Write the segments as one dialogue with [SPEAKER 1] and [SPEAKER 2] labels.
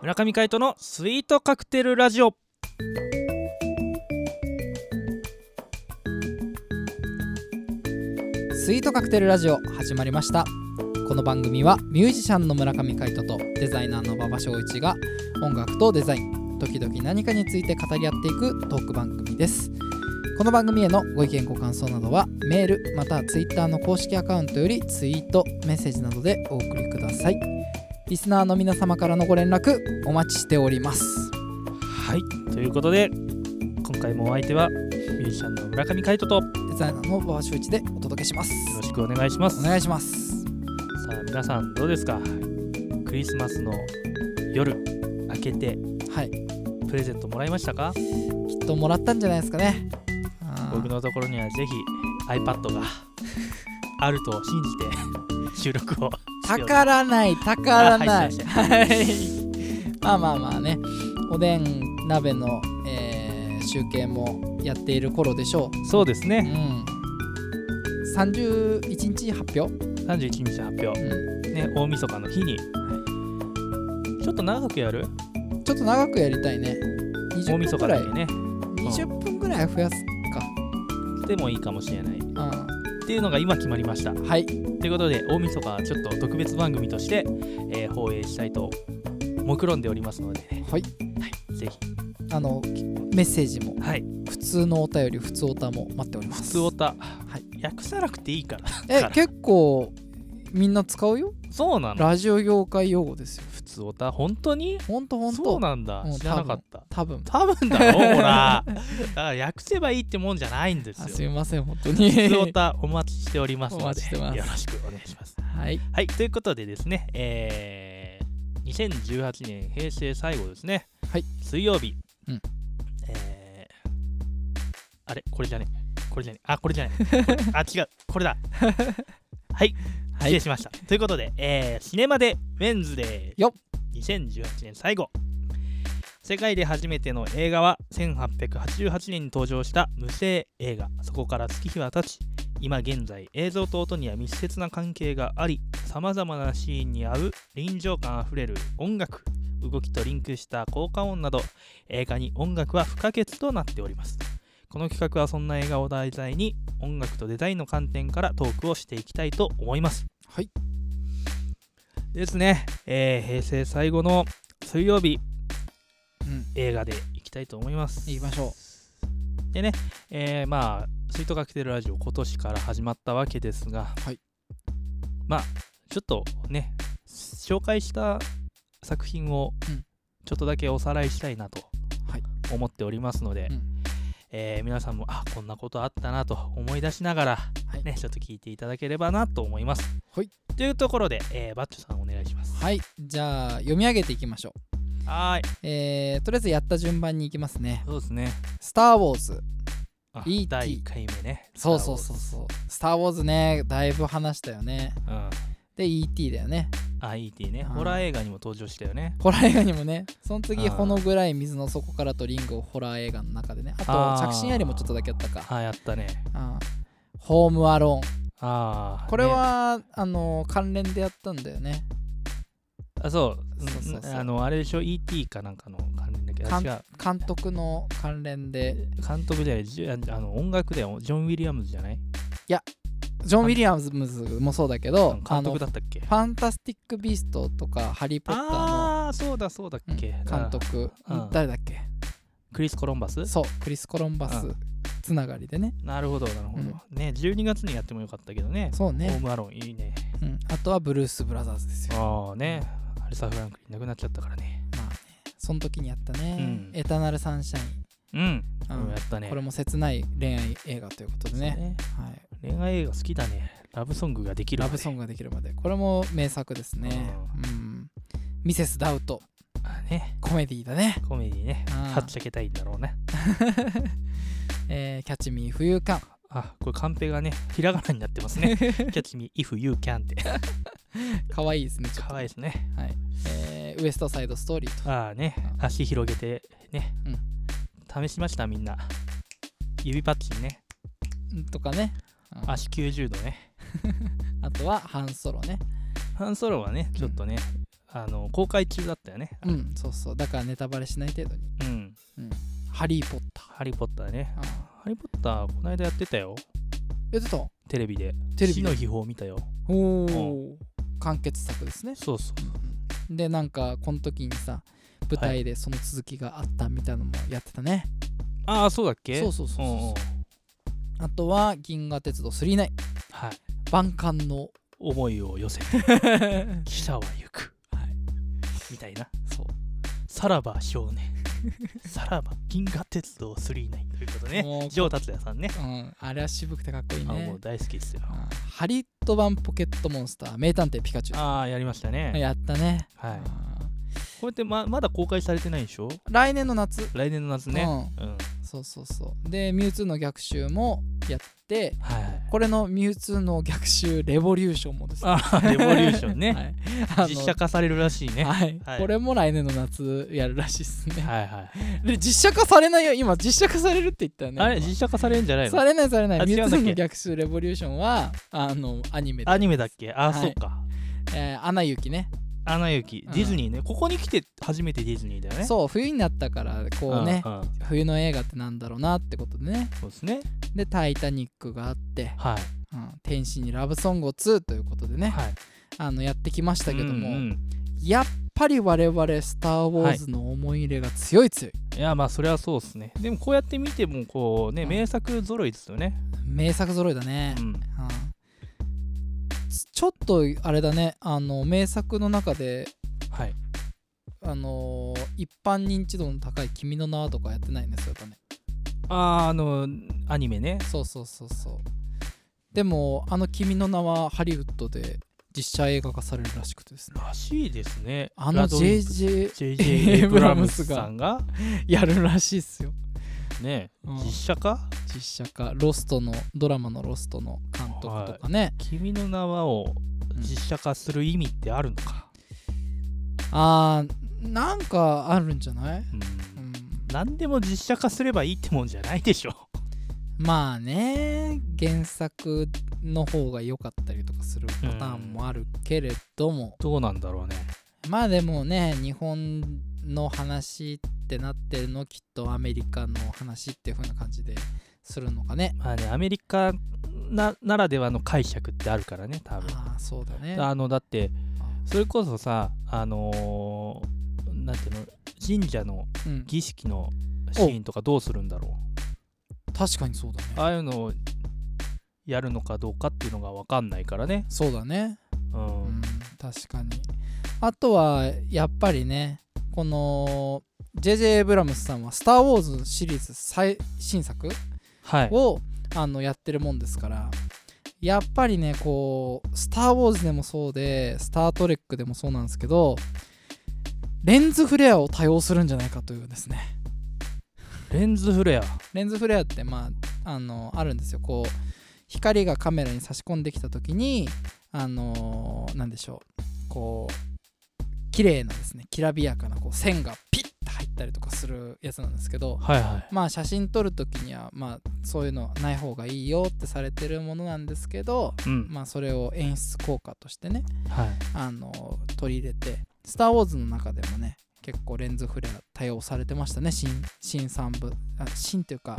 [SPEAKER 1] 村上海人のスイートカクテルラジオ
[SPEAKER 2] スイートカクテルラジオ始まりましたこの番組はミュージシャンの村上海人とデザイナーの馬場翔一が音楽とデザイン時々何かについて語り合っていくトーク番組ですこの番組へのご意見ご感想などはメールまたはツイッターの公式アカウントよりツイートメッセージなどでお送りくださいリスナーの皆様からのご連絡お待ちしております
[SPEAKER 1] はいということで今回もお相手はミュージシャンの村上海人とよ
[SPEAKER 2] デザイナーの馬場翔一でお届けします
[SPEAKER 1] ろしくお願いします
[SPEAKER 2] お願いします
[SPEAKER 1] さあ皆さんどうですかクリスマスの夜明けて
[SPEAKER 2] はい
[SPEAKER 1] プレゼントもらいましたか
[SPEAKER 2] きっともらったんじゃないですかねあー
[SPEAKER 1] 僕のところにはぜひ iPad があると信じて収録を
[SPEAKER 2] たからないたからな
[SPEAKER 1] あ
[SPEAKER 2] いはいまあまあまあねおでん鍋の、えー集計もやっている頃でしょ
[SPEAKER 1] そうです
[SPEAKER 2] う、う
[SPEAKER 1] ね
[SPEAKER 2] ん、31日発表、
[SPEAKER 1] 31日発表
[SPEAKER 2] う
[SPEAKER 1] ね大晦日の日にちょっと長くやる
[SPEAKER 2] ん、ちょっと長くやりたいね
[SPEAKER 1] 大晦
[SPEAKER 2] 20分
[SPEAKER 1] 日
[SPEAKER 2] くら
[SPEAKER 1] だ
[SPEAKER 2] い
[SPEAKER 1] けね
[SPEAKER 2] 20分くらい増やす
[SPEAKER 1] でもいいかもしれないっ
[SPEAKER 2] か、
[SPEAKER 1] ていうのが今決まりました
[SPEAKER 2] うん、はい
[SPEAKER 1] ということで大晦日はちょっと特別番組として、えー放映したいと目論んでおりますのでね
[SPEAKER 2] はい
[SPEAKER 1] はいぜひ
[SPEAKER 2] あのきメッセージも
[SPEAKER 1] はい
[SPEAKER 2] 普通のお便り普通おたも待っておりま
[SPEAKER 1] 普
[SPEAKER 2] す
[SPEAKER 1] 通オタ、
[SPEAKER 2] い
[SPEAKER 1] 訳さなくていいから
[SPEAKER 2] え
[SPEAKER 1] から
[SPEAKER 2] 結構みんな使うよ
[SPEAKER 1] そうなの
[SPEAKER 2] ラジオ業界用語ですよ
[SPEAKER 1] 普通オタ本当に
[SPEAKER 2] ほんとほん
[SPEAKER 1] そう
[SPEAKER 2] と
[SPEAKER 1] なんだ
[SPEAKER 2] うん
[SPEAKER 1] 知らなかった
[SPEAKER 2] 多分
[SPEAKER 1] 多分だろほ らだから訳せばいいってもんじゃないんです
[SPEAKER 2] あ
[SPEAKER 1] よ
[SPEAKER 2] すい
[SPEAKER 1] 普
[SPEAKER 2] ません本 当に
[SPEAKER 1] 通オタお待ちしておりますので
[SPEAKER 2] お待ちしてます
[SPEAKER 1] よろしくお願いします
[SPEAKER 2] はい
[SPEAKER 1] はいということでですねえー、2018年平成最後ですね
[SPEAKER 2] はい
[SPEAKER 1] 水曜日、
[SPEAKER 2] うん
[SPEAKER 1] えー、あれこれじゃねこれじゃねあこれじゃねこれあ違うこ れだはい
[SPEAKER 2] は
[SPEAKER 1] 失礼
[SPEAKER 2] い
[SPEAKER 1] しました、ということで、えーシネマでウェンズデー
[SPEAKER 2] よっ
[SPEAKER 1] 2018年最後世界で初めての映画は1888年に登場した無声映画そこから月日は経ち今現在映像と音には密接な関係がありさまざまなシーンに合う臨場感あふれる音楽動きとリンクした効果音など映画に音楽は不可欠となっておりますこの企画はそんな映画を題材に音楽とデザインの観点からトークをしていきたいと思います
[SPEAKER 2] はい
[SPEAKER 1] ですね、えー平成最後の水曜日
[SPEAKER 2] うん
[SPEAKER 1] 映画でいきたいと思います
[SPEAKER 2] 行きましょ
[SPEAKER 1] でね、えーまあスイートカクテルラジオ今年から始まったわけですが、
[SPEAKER 2] はい
[SPEAKER 1] まあちょっとね紹介した作品を
[SPEAKER 2] うん
[SPEAKER 1] ちょっとだけおさらいしたいなと
[SPEAKER 2] はい
[SPEAKER 1] 思っておりますので、
[SPEAKER 2] うん
[SPEAKER 1] えー皆さんもあこんなことあったなと思い出しながら、
[SPEAKER 2] はい
[SPEAKER 1] ね、ちょっと聞いていただければなと思います。
[SPEAKER 2] はい
[SPEAKER 1] というところで、えーバッチョさんお願いします。
[SPEAKER 2] はいじゃあ読み上げていきましょう
[SPEAKER 1] はーい
[SPEAKER 2] えー、とりあえずやった順番に行きますね
[SPEAKER 1] そうですね。
[SPEAKER 2] 「スター・ウォーズ
[SPEAKER 1] あ
[SPEAKER 2] E.T.
[SPEAKER 1] 第1回目ね」。
[SPEAKER 2] そうそうそうそう「スター・ウォーズね」だいぶ話したよね
[SPEAKER 1] う。うん。
[SPEAKER 2] で「E.T.」だよね
[SPEAKER 1] あ、E.T. ね。
[SPEAKER 2] うん
[SPEAKER 1] ホラー映画にも登場したよね。
[SPEAKER 2] ホラー映画にもねその次「
[SPEAKER 1] あー
[SPEAKER 2] ほの暗い水の底から」と「リング」をホラー映画の中でねあ
[SPEAKER 1] あ
[SPEAKER 2] と
[SPEAKER 1] ー
[SPEAKER 2] 着信ありもちょっとだけあったか
[SPEAKER 1] あ、やったね。
[SPEAKER 2] あーホームアローン
[SPEAKER 1] ああ。
[SPEAKER 2] これ
[SPEAKER 1] ね
[SPEAKER 2] は、あの関連でやったんだよね
[SPEAKER 1] あ、そう。
[SPEAKER 2] そうそうそう
[SPEAKER 1] うんあの、あれでしょ、E.T. かなんかの関連だけど、
[SPEAKER 2] 関
[SPEAKER 1] 違う。
[SPEAKER 2] 監督の関連で
[SPEAKER 1] 監督じゃない、じゅああの音楽だよ、ジョン・ウィリアムズじゃない
[SPEAKER 2] ジョン・ウィリアムズもそうだけ
[SPEAKER 1] う
[SPEAKER 2] ど
[SPEAKER 1] ん
[SPEAKER 2] あ
[SPEAKER 1] 監
[SPEAKER 2] の
[SPEAKER 1] 督
[SPEAKER 2] フ
[SPEAKER 1] だったっけ
[SPEAKER 2] ァンタスティック・ビーストとかハリー・ポッターの
[SPEAKER 1] ああー、そうだそうだっ
[SPEAKER 2] うん
[SPEAKER 1] け。
[SPEAKER 2] 監督
[SPEAKER 1] うん
[SPEAKER 2] うん誰だっけ
[SPEAKER 1] クリス・コロンバス
[SPEAKER 2] そうクリス・コロンバス
[SPEAKER 1] う
[SPEAKER 2] つながりでね
[SPEAKER 1] なるほど、なるほど。ね、12月にやってもよかったけどね。
[SPEAKER 2] そう
[SPEAKER 1] ホー
[SPEAKER 2] ね、
[SPEAKER 1] ムアローン、いいね。
[SPEAKER 2] うん、あとはブルース・ブラザーズですよ
[SPEAKER 1] ああね、アリサ・フランクリンなくなっちゃったからね。
[SPEAKER 2] まあねその時にやったね、
[SPEAKER 1] うん
[SPEAKER 2] エターナル・サンシャイン
[SPEAKER 1] うん、
[SPEAKER 2] あ
[SPEAKER 1] うん
[SPEAKER 2] の
[SPEAKER 1] やったね。
[SPEAKER 2] これも切ない恋愛映画ということでねはい、
[SPEAKER 1] そうね恋愛映画好きだね。ラブソングができるま
[SPEAKER 2] ラ
[SPEAKER 1] で。
[SPEAKER 2] ブソングができるまでこれも名作ですね、うん、ミセス・ダウト
[SPEAKER 1] あね、
[SPEAKER 2] コメディだね、
[SPEAKER 1] コメディね。
[SPEAKER 2] あー
[SPEAKER 1] はっちゃけたいんだろうね。
[SPEAKER 2] えーキャッチ・ミー・浮遊感
[SPEAKER 1] あ、これカンペがね、ひらがなになってます ね。キャッチミー、if you can って。
[SPEAKER 2] かわいいですねちょっ
[SPEAKER 1] か
[SPEAKER 2] と
[SPEAKER 1] わいいですね。
[SPEAKER 2] はいえーウエスト・サイド・ストーリーと
[SPEAKER 1] ああね、足広げてね。試しました、みんな。指パッチンね。
[SPEAKER 2] うんとかね、うん
[SPEAKER 1] 足90度ね。
[SPEAKER 2] あとはハン・ソロね
[SPEAKER 1] ハンソロはねちょっとね、あの公開中だったよね
[SPEAKER 2] うんそうそうだからネタバレしない程度に
[SPEAKER 1] うん
[SPEAKER 2] 「ハリー・ポッター
[SPEAKER 1] ハリー・ポッターね」
[SPEAKER 2] あ
[SPEAKER 1] ハリー・ポッターこの間やってたよ
[SPEAKER 2] やってた
[SPEAKER 1] テレビで
[SPEAKER 2] テレビ
[SPEAKER 1] 死
[SPEAKER 2] で
[SPEAKER 1] の秘宝見たよ
[SPEAKER 2] おお完結作ですね
[SPEAKER 1] そうそう
[SPEAKER 2] でなんかこの時にさ舞台でその続きがあったみたいなのもやってたね、
[SPEAKER 1] ああそうだっけ
[SPEAKER 2] そうそうそうそう
[SPEAKER 1] うんうん
[SPEAKER 2] あとは「銀河鉄道999
[SPEAKER 1] はい」
[SPEAKER 2] 万感の
[SPEAKER 1] 思いを寄 せ
[SPEAKER 2] は
[SPEAKER 1] 汽車は行く
[SPEAKER 2] い
[SPEAKER 1] みたいな
[SPEAKER 2] そう
[SPEAKER 1] さらば少年さらば銀河鉄道39ということでね
[SPEAKER 2] もう
[SPEAKER 1] ジョー達也さんね
[SPEAKER 2] うん、あれは渋くてかっこいい
[SPEAKER 1] あも
[SPEAKER 2] ね
[SPEAKER 1] う。大好きですよ
[SPEAKER 2] あハリット版ポケットモンスター、名探偵ピカチュ
[SPEAKER 1] ああやりました
[SPEAKER 2] ウ。
[SPEAKER 1] ね
[SPEAKER 2] やったね。
[SPEAKER 1] はい
[SPEAKER 2] あ
[SPEAKER 1] これってままだ公開されてないでしょ
[SPEAKER 2] ー来年の夏。
[SPEAKER 1] 来年の夏ね
[SPEAKER 2] う
[SPEAKER 1] うん
[SPEAKER 2] ん、そうそうそう。で、ミュウツーの逆襲もやって、
[SPEAKER 1] はい
[SPEAKER 2] これのミュウツーの逆襲レボリューションもですね。
[SPEAKER 1] あー レボリューション
[SPEAKER 2] は
[SPEAKER 1] ね
[SPEAKER 2] いあ の
[SPEAKER 1] 実写化されるらしいねは
[SPEAKER 2] はい
[SPEAKER 1] はい
[SPEAKER 2] これも来年の夏やるらしいですね、
[SPEAKER 1] いはい
[SPEAKER 2] で実写化されないよ今実写化されるって言ったよね
[SPEAKER 1] あれ実写化されるんじゃない
[SPEAKER 2] さ
[SPEAKER 1] の
[SPEAKER 2] れないされな
[SPEAKER 1] あ
[SPEAKER 2] いミュ
[SPEAKER 1] 違う
[SPEAKER 2] ウ
[SPEAKER 1] ん
[SPEAKER 2] ツ
[SPEAKER 1] だっけ
[SPEAKER 2] ーの逆襲レボリューションはあのアニメで
[SPEAKER 1] アニメだっけああ
[SPEAKER 2] はい
[SPEAKER 1] そうか
[SPEAKER 2] えーアナ雪ね
[SPEAKER 1] アナ雪ディズニーねここに来て初めてディズニーだよね
[SPEAKER 2] そう冬になったからこうね
[SPEAKER 1] んん
[SPEAKER 2] 冬の映画ってなんだろうなってことでね
[SPEAKER 1] そうですね
[SPEAKER 2] で「タイタニック」があって
[SPEAKER 1] はい
[SPEAKER 2] 「うん、天使にラブソングを2」ということでね、
[SPEAKER 1] はい
[SPEAKER 2] あのやってきましたけど
[SPEAKER 1] う
[SPEAKER 2] も、
[SPEAKER 1] んうん
[SPEAKER 2] やっぱり我々「スター・ウォーズ」の思い入れが強い強い、
[SPEAKER 1] いやまあそれはそうですねでもこうやって見てもこうね
[SPEAKER 2] うん
[SPEAKER 1] 名作揃いですよね
[SPEAKER 2] 名作揃いだね
[SPEAKER 1] う、ん
[SPEAKER 2] うんちちょっとあれだねあの名作の中で
[SPEAKER 1] はい
[SPEAKER 2] あのー一般認知度の高い「君の名は」とかやってないんですよやっぱね
[SPEAKER 1] あーあのアニメね
[SPEAKER 2] そうそうそうそうでもあの「君の名は」ハリウッドで実写映画化されるらしくてですね
[SPEAKER 1] らしいですね
[SPEAKER 2] あ
[SPEAKER 1] ラ
[SPEAKER 2] の
[SPEAKER 1] ドウィンプ
[SPEAKER 2] JJ
[SPEAKER 1] JJ エイブラムスさんが
[SPEAKER 2] やるらしいっすよ、
[SPEAKER 1] ね
[SPEAKER 2] うん
[SPEAKER 1] 実写化
[SPEAKER 2] 実写化ロストのドラマのロストの監督とかね、
[SPEAKER 1] 「君の名は」を
[SPEAKER 2] うん
[SPEAKER 1] 実写化する意味ってあるのか、
[SPEAKER 2] あーなんかあるんじゃない、
[SPEAKER 1] うん
[SPEAKER 2] うん、
[SPEAKER 1] 何でも実写化すればいいってもんじゃないでしょ
[SPEAKER 2] まあね原作の方が良かったりとかするパターンもあるけれども、
[SPEAKER 1] どうなんだろうね
[SPEAKER 2] まあでもね日本の話ってなってるのきっとアメリカの話っていう風な感じでするのかね
[SPEAKER 1] まあねアメリカなならではの解釈ってあるからね多分
[SPEAKER 2] ああそうだね
[SPEAKER 1] あのだって
[SPEAKER 2] あ
[SPEAKER 1] それこそさあのーなんていうの神社の
[SPEAKER 2] うん、
[SPEAKER 1] 儀式のシーンとかどうするんだろ
[SPEAKER 2] 確かにそうだね
[SPEAKER 1] うああいうのをやるのかどうかっていうのが分かんないからね
[SPEAKER 2] そうだね
[SPEAKER 1] うん、
[SPEAKER 2] うん、確かにあとはやっぱりねこの J.J. エイブラムスさんは「スター・ウォーズ」シリーズ最新作
[SPEAKER 1] はい
[SPEAKER 2] を、あのやってるもんですからやっぱりねこう「スター・ウォーズ」でもそうで「スター・トレック」でもそうなんですけどレンズフレアを多用するんじゃないかというですね
[SPEAKER 1] レンズフレア
[SPEAKER 2] レンズフレアってまああのあるんですよこう光がカメラに差し込んできた時にあのなんでしょうこう綺麗なですねきらびやかなこう線がピッと入ったりとかするやつなんですけど
[SPEAKER 1] はいはい
[SPEAKER 2] まあ写真撮る時にはまあそういうのない方がいいよってされてるものなんですけど
[SPEAKER 1] うん、
[SPEAKER 2] まあそれを演出効果としてね
[SPEAKER 1] はい
[SPEAKER 2] あの取り入れて「スター・ウォーズ」の中でもね結構レンズフレア対応されてましたね新新三部あ新っていうか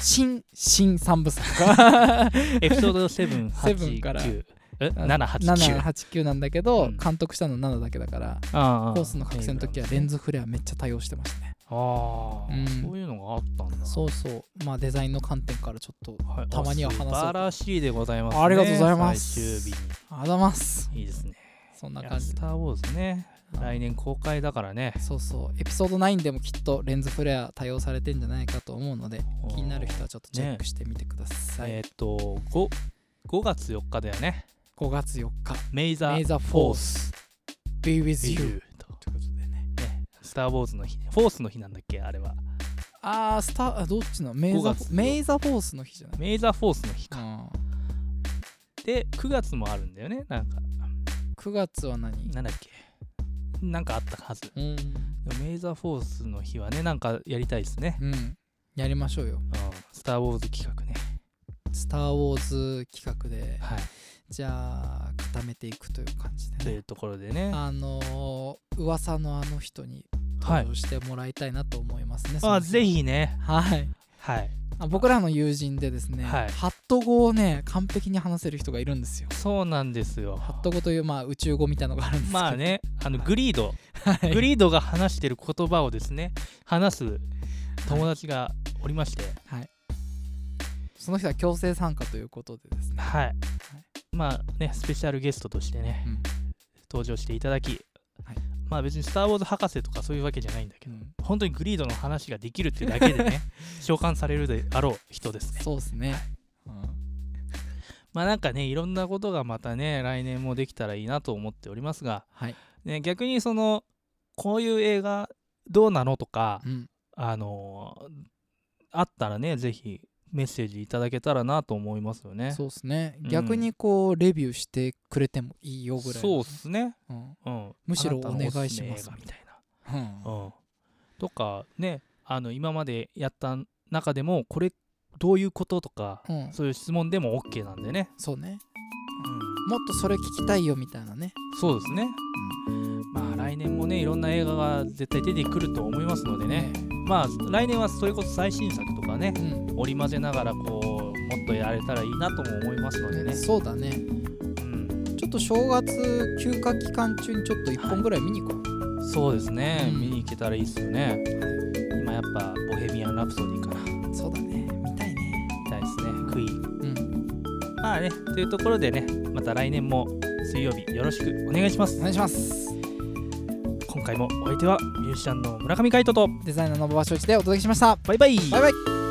[SPEAKER 2] 新新三 部作か
[SPEAKER 1] エピソード7 8
[SPEAKER 2] 7から
[SPEAKER 1] 9え
[SPEAKER 2] あ
[SPEAKER 1] 789
[SPEAKER 2] 789なんだけど、
[SPEAKER 1] うん
[SPEAKER 2] 監督したの7だけだから
[SPEAKER 1] コ
[SPEAKER 2] コースの覚醒の時はレンズフレアめっちゃ対応してましたね
[SPEAKER 1] ああ、
[SPEAKER 2] うん
[SPEAKER 1] そういうのがあったんだ
[SPEAKER 2] そうそうまあデザインの観点からちょっと
[SPEAKER 1] はい
[SPEAKER 2] たまには話そう
[SPEAKER 1] 素晴らしいでございます、ね、
[SPEAKER 2] ありがとうございます
[SPEAKER 1] 最終
[SPEAKER 2] あざます
[SPEAKER 1] 日にいいですね
[SPEAKER 2] そんない
[SPEAKER 1] や
[SPEAKER 2] 感じ
[SPEAKER 1] スター・ウォーズね来年公開だからね
[SPEAKER 2] そうそうエピソード9でもきっとレンズフレア対応されてんじゃないかと思うので気になる人はちょっとチェックしてみてください、
[SPEAKER 1] えっ、と 5, 5月4日だよね
[SPEAKER 2] 5月4日
[SPEAKER 1] メイザー
[SPEAKER 2] メイザーフォース Be with you
[SPEAKER 1] と
[SPEAKER 2] ということでね
[SPEAKER 1] ねスター・ウォーズの日フォースの日なんだっけあれは
[SPEAKER 2] あースターあどっちのメイザ
[SPEAKER 1] 5月
[SPEAKER 2] ーメイザーフォースの日じゃない
[SPEAKER 1] メイザーフォースの日か
[SPEAKER 2] か
[SPEAKER 1] で9月もあるんだよねなんか
[SPEAKER 2] 9月は何
[SPEAKER 1] なんだっけなんかあったはず
[SPEAKER 2] うん、
[SPEAKER 1] でもメイザーフォースの日はねなんかやりたいですね、
[SPEAKER 2] うん、やりましょうよ
[SPEAKER 1] うん、スター・ウォーズ企画ね
[SPEAKER 2] スター・ウォーズ」企画で
[SPEAKER 1] はい、
[SPEAKER 2] じゃあ固めていくという感じ
[SPEAKER 1] と
[SPEAKER 2] で
[SPEAKER 1] い
[SPEAKER 2] ね
[SPEAKER 1] うところでね
[SPEAKER 2] あのー噂のあの人に
[SPEAKER 1] はい
[SPEAKER 2] 登場してもらいたいなと思いますね、その
[SPEAKER 1] あ
[SPEAKER 2] 人
[SPEAKER 1] ぜひね
[SPEAKER 2] はい
[SPEAKER 1] はい
[SPEAKER 2] あ僕らの友人でですね、
[SPEAKER 1] はい
[SPEAKER 2] ハット語をね完璧に話せる人がいるんですよ
[SPEAKER 1] そうなんですよ
[SPEAKER 2] ハット語というまあ宇宙語みたいなのがあるんですけど
[SPEAKER 1] まあねあの
[SPEAKER 2] はい
[SPEAKER 1] グリード、
[SPEAKER 2] はい
[SPEAKER 1] グリードが話してる言葉をですね話す友達がおりまして
[SPEAKER 2] その人は強制参加ということでですね
[SPEAKER 1] はい、まあねスペシャルゲストとしてね、
[SPEAKER 2] うん
[SPEAKER 1] 登場していただき、
[SPEAKER 2] はい
[SPEAKER 1] まあ別に「スター・ウォーズ」博士とかそういうわけじゃないんだけど、
[SPEAKER 2] うん
[SPEAKER 1] 本当にグリードの話ができるっていうだけで ね召喚されるであろう人ですね
[SPEAKER 2] そうですね、うん
[SPEAKER 1] まあなんかねいろんなことがまたね来年もできたらいいなと思っておりますが、
[SPEAKER 2] はい
[SPEAKER 1] ね、逆にそのこういう映画どうなのとか、
[SPEAKER 2] うん
[SPEAKER 1] あのあったらねぜひメッセージいただけたらなと思いますよね。
[SPEAKER 2] そうですね、
[SPEAKER 1] うん
[SPEAKER 2] 逆にこうレビューしてくれてもいいよぐらい
[SPEAKER 1] そう
[SPEAKER 2] の
[SPEAKER 1] っすね、
[SPEAKER 2] うん
[SPEAKER 1] うん、
[SPEAKER 2] むし
[SPEAKER 1] あ
[SPEAKER 2] ろ
[SPEAKER 1] なたの
[SPEAKER 2] お願い
[SPEAKER 1] すすめ
[SPEAKER 2] します
[SPEAKER 1] 映画みたいな
[SPEAKER 2] うん
[SPEAKER 1] うん、とかねあの今までやった中でもこれどういうこととか、
[SPEAKER 2] うん
[SPEAKER 1] そういう質問でも OK なんでね、
[SPEAKER 2] そうね
[SPEAKER 1] う
[SPEAKER 2] もっとそれ聞きたいよみたいなね、
[SPEAKER 1] ん、そうですねまあ来年もねいろんな映画が絶対出てくると思いますのでねまあ来年はそれこそ最新作とかね
[SPEAKER 2] うんうん
[SPEAKER 1] 織り交ぜながらこうもっとやれたらいいなとも思いますのでね、
[SPEAKER 2] そうだね
[SPEAKER 1] うん、
[SPEAKER 2] ちょっと正月休暇期間中にちょっと1本ぐらい見に行こう、
[SPEAKER 1] そうですね、
[SPEAKER 2] うん
[SPEAKER 1] 見に行けたらいいですよね今やっぱ「ボヘミアン・ラプソディ」から見
[SPEAKER 2] そうだね見たいね
[SPEAKER 1] たいですねクイーン
[SPEAKER 2] うん
[SPEAKER 1] まあね、というところでね、また来年も水曜日よろしくお願いしま
[SPEAKER 2] お
[SPEAKER 1] す。
[SPEAKER 2] 願いします
[SPEAKER 1] 今回もお相手はミュージシャンの村上海人と
[SPEAKER 2] デザイナーの馬場正一でお届けしました
[SPEAKER 1] バイバイ。
[SPEAKER 2] バイバイ